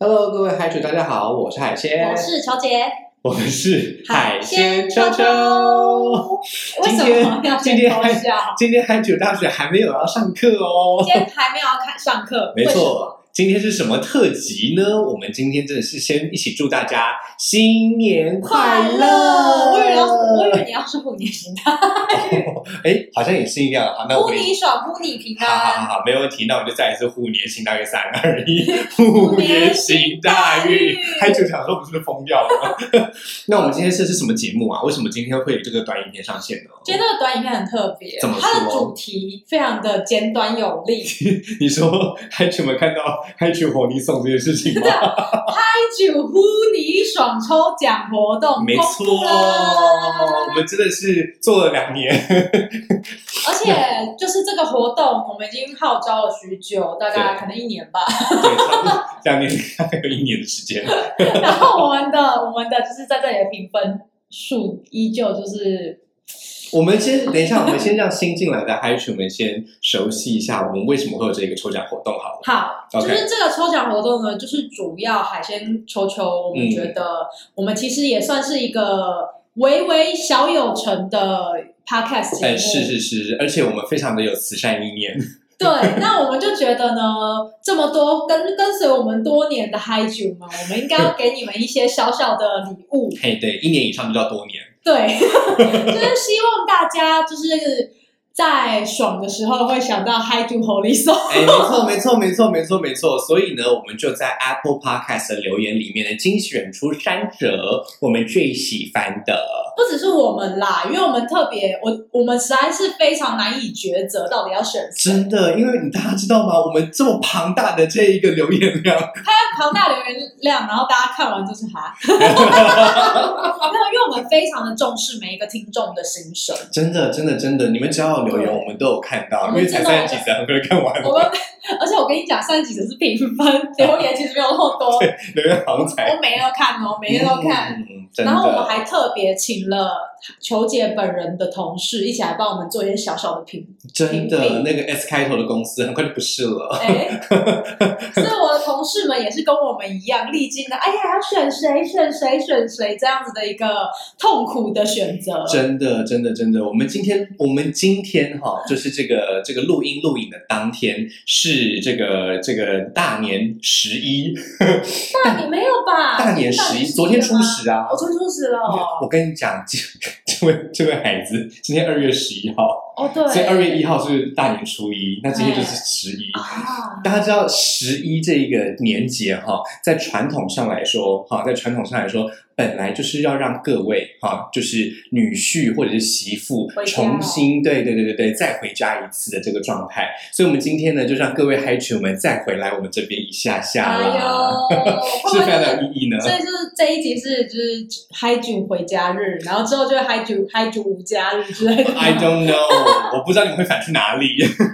Hello，各位海主，大家好，我是海鲜，我是乔姐。我们是哎海鲜秋秋。为今什天么要今天先偷笑？今天海主大学还没有要上课哦今。天还没有要看上课，没为什么，错，今天是什么特辑呢？我们今天真的是先一起祝大家新年快快乐！乐。我以为要，我以为你要说虎年行大 哎，好像也是一样。好，那我虎们。你爽，虎你平好好安。好好，没问题。那我们就再一次虎年行大运，三二 一，虎年行大运虎年行大运。还就想说我们是不是疯掉了？ 那我们今天是是什么节目啊？为什么今天会有这个短影片上线呢？觉得那个短影片很特别，怎么说它的主题非常的简短有 力。 你说还群们看到还群红泥送这件事情吗？开酒呼你爽抽奖活动没公错，布了我们真的是做了两年， 而且就是这个活动，我们已经号召了许久，大概对可能一年吧。对，差不多两年大概有一年的时间。 然后我们的我们的就是在这里的评分数依旧就是我们先等一下，我们先让新进来的嗨群们先熟悉一下，我们为什么会有这个抽奖活动好了。好 OK 就是这个抽奖活动呢，就是主要海鲜球球，我们嗯觉得我们其实也算是一个微微小有成的 podcast 节目，哎，是是是，而且我们非常的有慈善意念。对，那我们就觉得呢，这么多跟跟随我们多年的嗨酒们，我们应该要给你们一些小小的礼物，嘿，对，一年以上就叫多年。对， 就是希望大家就是在爽的时候会想到嗨酒 Holy Song。哎，没错，没错，没错，没错，没错。所以呢，我们就在 Apple Podcast 的留言里面呢，精选出三则我们最喜欢的。不只是我们啦，因为我们特别，我我们实在是非常难以抉择，到底要选谁。真的，因为你大家知道吗？我们这么庞大的这一个留言量，庞大留言量，然后大家看完就是 哈，没有，因为我们非常的重视每一个听众的心声，真的，真的，真的，你们只要有留言，对我们都有看到，我因们为才知道三十几则，很多人看完我了，们， 而且我跟你讲，上一集只是评分，留言其实没有那么多，我留言好像才每天都看哦，每天都看。嗯，嗯真的。然后我们还特别请了球姐本人的同事一起来帮我们做一些小小的评，真的评那个 S 开头的公司很快就不是了。 哎，所以我的同事们也是跟我们一样历经的，哎呀，要选谁选谁选谁这样子的一个痛苦的选择。真的，真的，真的，我们今天，我们今天哈、就是这个这个录音录影的当天是这个这个大年十一， 那你没有吧？大年十一，昨天初十啊啊，我。昨天初十了哦。我跟你讲，这这位这位孩子，今天二月十一号，哦，对，所以二月一号是大年初一，那今天就是哎十一。啊，大家知道十一这个年节哈，在传统上来说哈，在传统上来说，本来就是要让各位哈，就是女婿或者是媳妇回家重新对对对对对再回家一次的这个状态，所以我们今天呢，就让各位嗨群们再回来我们这边一下下哎呦 啦，，会是不非常会有意义呢。所以就是这一集是就是嗨酒回家日，然后之后就是嗨酒嗨酒无家日之类的。 I don't know，我不知道你们会返去哪里，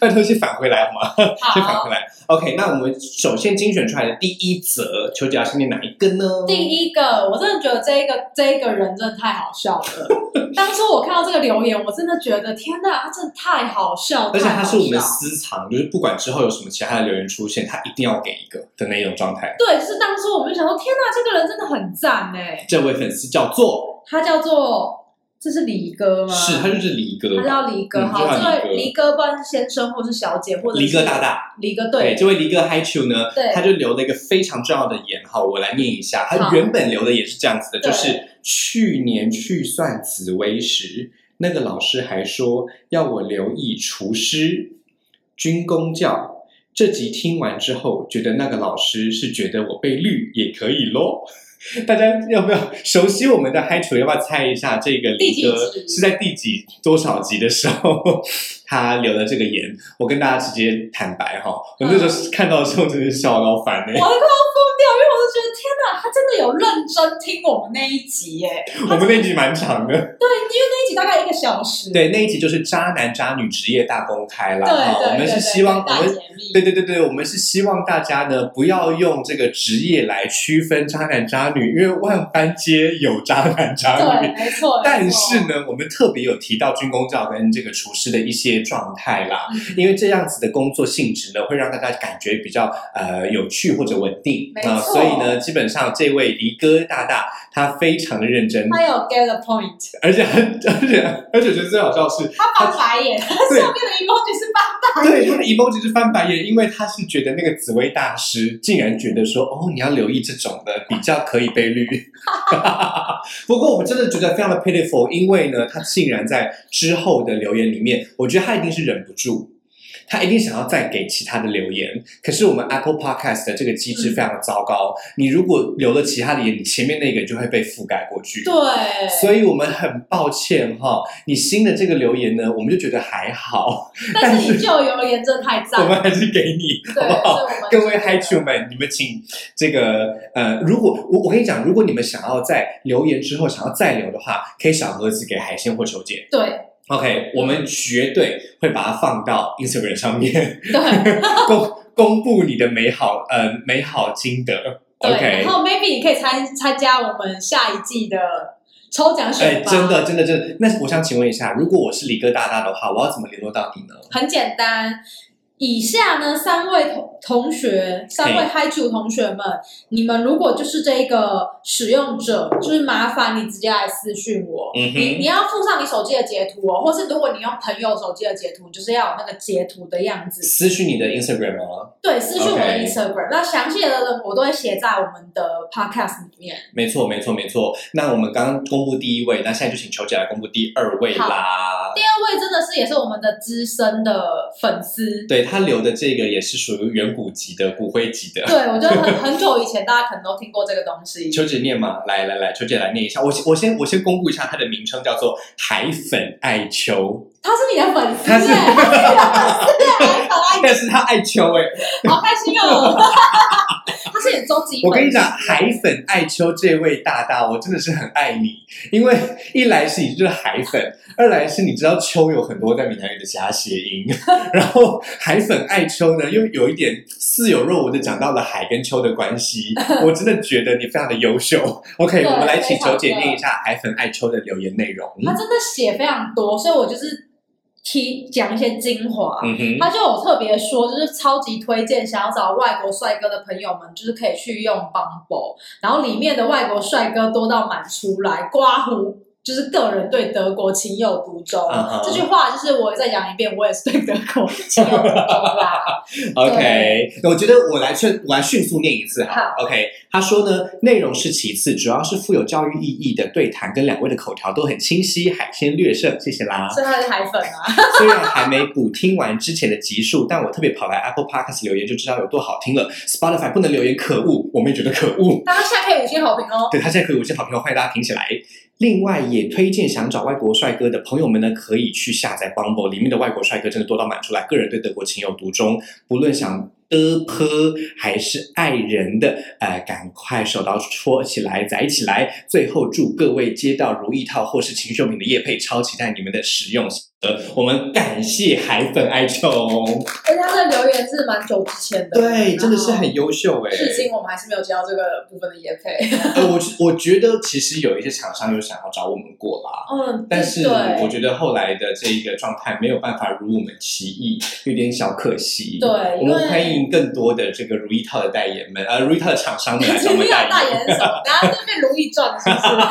拜托先返回来好吗？先返 好回，来。OK，那我们首先精选出来的第一则，求姐要先念哪一个呢？第一个，我真的觉得这一个这一个人真的太好笑 了。当初我看到这个留言，我真的觉得天哪，他真的太好笑， 而且太它好是我们笑。私藏，就是不管之后有什么其他的留言出现，它一定要给一个的那一种状态。对，就是当初我们就想说，天哪，这个人真的很赞哎。这位粉丝叫做他叫做，这是李哥吗？是，他就是离哥啊他，叫李哥。嗯好，他叫这位李李哥，不管是先生或是小姐，或者离哥是大大。李哥，对，这位离哥嗨秋呢对，他就留了一个非常重要的言哈，我来念一下。他好原本留的也是这样子的，对就是去年去算紫薇时，那个老师还说要我留意厨师、军工教。这集听完之后，觉得那个老师是觉得我被绿也可以咯。 大家要不要熟悉我们的嗨厨？要不要猜一下这个第李几哥集是在第几多少集的时候 他留的这个言？我跟大家直接嗯坦白哈，我那时候看到的时候真的笑到翻嘞、欸我都快要疯掉，因为我都觉得天哪，他真的有认真听我们那一集耶，我们那一集蛮长的，对，因为那一集大概一个小时，对，那一集就是渣男渣女职业大公开啦。对哈对，我们对是对希望大我们。解密，对对对对，我们是希望大家呢不要用这个职业来区分渣男渣女，因为万般皆有渣男渣对，女。没错，没但错是呢，我们特别有提到军工教跟这个厨师的一些状态啦，嗯因为这样子的工作性质呢，会让大家感觉比较呃有趣或者稳定没啊、错所以呢，基本上这位离哥大大他非常的认真，他有 get the point，而且很而且而且觉得最好笑的是，他翻白眼，他对上面的 emoji 是 翻白眼，对他的 emoji 是翻白眼，因为他是觉得那个紫薇大师竟然觉得说，哦，你要留意这种的比较可以被绿。 不过我们真的觉得非常的 pitiful，因为呢，他竟然在之后的留言里面，我觉得他一定是忍不住。他一定想要再给其他的留言，可是我们 Apple Podcast 的这个机制非常的糟糕。你如果留了其他的言，你前面那个就会被覆盖过去。对，所以我们很抱歉哈、你新的这个留言呢，我们就觉得还好，但但是是你就有留言真的太赞我了，们还是给你，好对，不好？所以我们各位嗨群们，你们请这个呃，如果我我跟你讲，如果你们想要在留言之后想要再留的话，可以小盒子给海鲜或球姐。对 OK，我们绝对会把它放到 Instagram 上面，对公公布你的美好呃美好心得。对， OK，然后 maybe 你可以参参加我们下一季的抽奖哎，选拔，真的真的真的，那我想请问一下，如果我是李哥大大的话，我要怎么联络到你呢？很简单。以下呢，三位同同学，三位嘿嗨主同学们，你们如果就是这个使用者，就是麻烦你直接来私讯我。嗯你你哼，要附上你手机的截图哦，或是如果你用朋友手机的截图，就是要有那个截图的样子。私讯你的 Instagram 哦，对，私讯我的 OK Instagram，、那详细的我都会写在我们的 Podcast 里面。没错没错没错。那我们刚刚公布第一位，那现在就请球姐来公布第二位啦。第二位真的是也是我们的资深的粉丝，对他留的这个也是属于远古级的、骨灰级的。对我觉得很很久以前大家可能都听过这个东西。求姐念嘛，来来来，求姐来念一下。我我先我先公布一下，它的名称叫做“海粉爱秋他是你的粉丝、他欸，是他是你的粉丝、欸，好”，但是他爱秋哎、好开心哦！ 他是你的终极粉丝我跟你讲，海粉爱秋这位大大，我真的是很爱你，因为一来是你就是海粉，二来是你知道秋有很多在闽南语的其他谐音， 然后海粉爱秋呢又有一点似有若无的讲到了海跟秋的关 系，我真的觉得你非常的优秀。OK，对我们来请球姐非常的念一下海粉爱秋的留言内容。他真的写非常多，所以我就是提讲一些精华。嗯哼，他就有特别说，就是超级推荐想要找外国帅哥的朋友们，就是可以去用 Bumble，然后里面的外国帅哥多到满出来，刮胡。就是个人对德国情有独钟嗯哼这句话就是我再讲一遍，我也是对德国情有独钟啦。 OK，那我觉得我来迅我来迅速念一次哈。OK，他说呢，内容是其次，主要是富有教育意义的对谈，跟两位的口条都很清晰，海鲜略胜，谢谢啦。所以他是海粉啊，虽然还没补听完之前的集数，但我特别跑来 Apple Podcast 留言，就知道有多好听了。Spotify 不能留言，可恶，我们也觉得可恶。大家现在可以五星好评哦。对他现在可以五星好评，欢迎大家评起来。另外，也推荐想找外国帅哥的朋友们呢，可以去下载 Bumble，里面的外国帅哥真的多到满出来。个人对德国情有独钟，不论想的泼还是爱人的，呃，赶快手刀戳起来，宰起来。最后，祝各位接到如意套或是秦秀敏的叶配，超期待你们的使用心得。我们感谢海粉爱虫，而且他的留言是蛮久之前的，对，真的是很优秀哎、至今我们还是没有接到这个部分的业配。呃，我我觉得其实有一些厂商有想要找我们过啦。嗯， 但是对我觉得后来的这一个状态没有办法如我们其意，有点小可惜。对我因为们欢迎更多的这个如意套的代言们，呃，如意套的厂 商们来找我今们天代要代言。言什么？大家是被如意赚了是不是？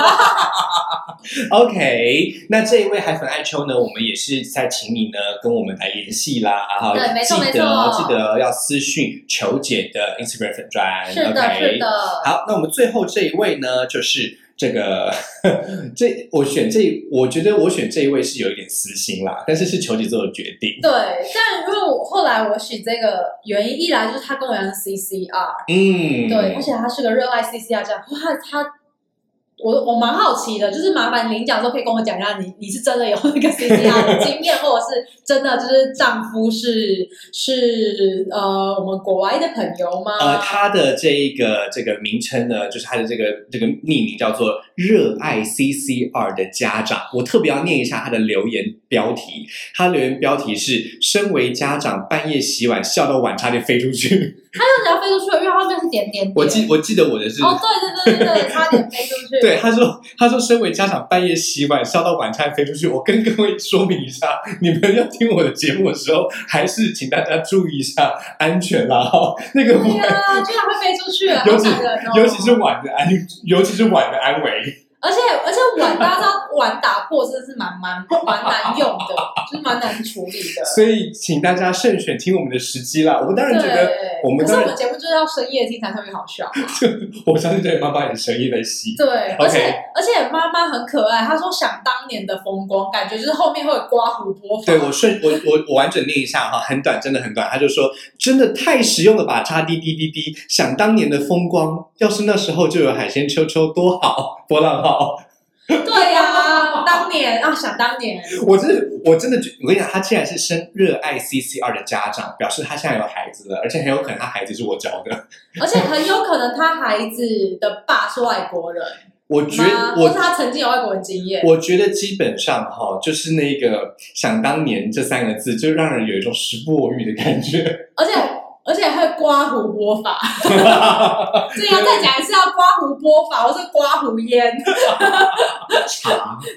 OK，那这一位海粉爱秋呢，我们也是在请你呢跟我们来联系啦，然后对没错记得哦没错记得要私讯球姐的 Instagram 粉砖。是 o 的， k 是的。好，那我们最后这一位呢，就是这个 这我选这，我觉得我选这一位是有一点私心啦，但是是求姐做的决定。对，但因为我后来我选这个原因，一来就是他跟我一样 CCR，、嗯，对，而且他是个热爱 CCR 这样，哇，他我我蛮好奇的，就是麻烦您讲的时候可以跟我讲一下你，你是真的有那个 CCR 的经验，或者是真的就是丈夫是是呃我们国外的朋友吗？呃，它的这一个这个名称呢，就是它的这个这个匿名叫做“热爱 CCR 的家长”。我特别要念一下他的留言标题，他留言标题是“身为家长半夜洗碗笑到碗差点飞出去那你要飞出去了，因为后面是点点点”。。我记我记得我的是。哦，对对对对对，差点飞出 去。对，他说，他说，身为家长半夜洗碗笑到碗差点飞出去。我跟各位说明一下，你们要听我的节目的时候，还是请大家注意一下安全啦。哈， 那个对碗呀，居然会飞出去了，尤好其感人哦！尤其是碗的安，尤其是碗的安危。而且而且碗大家知道碗打破真的是蛮蛮蛮难用的，就是蛮难处理的。所以，请大家慎选听我们的时机啦。我当然觉得，对，我们可是当然我们节目就是要深夜听才特别好笑。我相信对妈妈也深夜在吸。对，而 OK 且而且妈妈很可爱，她说想当年的风光，感觉就是后面会有刮胡播放。对我顺我我我完整念一下哈，很短，真的很短。他就说，真的太实用了吧，叉滴滴滴滴，想当年的风光，要是那时候就有海鲜秋秋多好，波浪号。对呀、当年啊，想当年， 我真的我真的觉，我跟你讲，他既然是生热爱 CCR 的家长，表示他现在有孩子了，而且很有可能他孩子是我教的。而且很有可能她孩子的爸是外国人，我觉妈，我或是她曾经有外国人经验。我觉得基本上哈，就是那个“想当年”这三个字，就让人有一种时不我与的感 觉。而且而且还有刮胡播 法，这个要再讲一次，要刮胡播法，或是刮胡烟，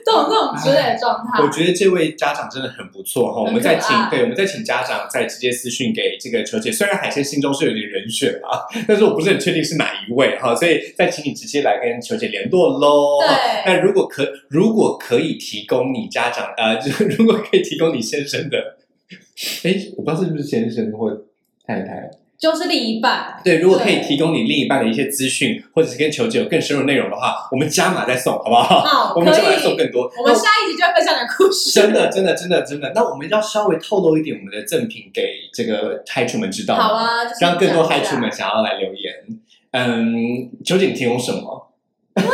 这种这种之类的状态我。觉得这位家长真的很不错哈，我们再请很可爱对，我们再请家长再直接私讯给这个球姐。虽然海鲜心中是有点人选啊，但是我不是很确定是哪一位哈，所以再请你直接来跟球姐联络喽。对，那如果可如果可以提供你家长呃， 就是如果可以提供你先生 的，哎，我不知道是不是先生或太太，就是另一半。对，如果可以对提供你另一半的一些资讯，或者是跟球姐有更深入的内容的话，我们加码再送，好不好？好， 我可们加码再送以。更多。我们下一集就要分享你的故事。真的，真的，真的，真的。那我们要稍微透露一点我们的赠品给这个嗨厨们知道，好，啊，就是让更多嗨孩子厨们。们想要来留言。嗯，球姐你提供什么？大家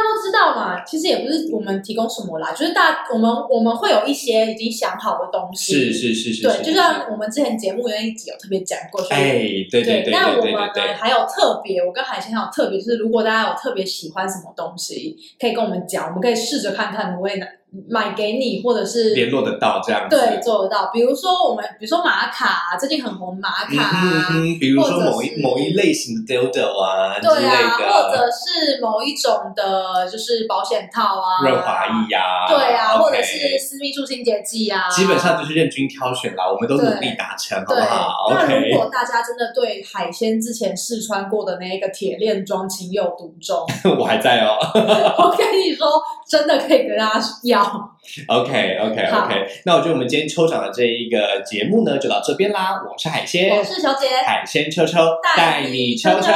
都知道嘛，其实也不是我们提供什么啦，就是大我们我们会有一些已经想好的东是西。是是是，对，就是像我们之前节目有一集有特别讲过，所以哎，对对对那我对们对呢对，还有特别，我跟海鲜还有特别，就是如果大家有特别喜欢什么东西，可以跟我们讲，我们可以试着看看，我会拿买给你，或者是联络得到这样子。对做得到。比如说我们，比如说玛卡，啊最近很红玛嗯卡嗯啊，嗯，比如说某或一者是某一类型的 dildo 啊之 对啊，类或的，者是某一种的，就是保险套啊，润滑液呀，对啊，或者 OK 是私密处清洁剂啊，基本上就是任君挑选啦，我们都努力达成，好对。不好那如？OK，果大家真的对海鲜之前试穿过的那一个铁链装情有独钟， 我还在哦。 我跟你说，真的可以跟大家要。 OK，OK，OK。好那我觉得我们今天抽奖的这一个节目呢，就到这边啦。我是海我鲜，是小姐，海鲜秋秋，带你秋秋，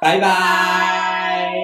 拜拜拜拜。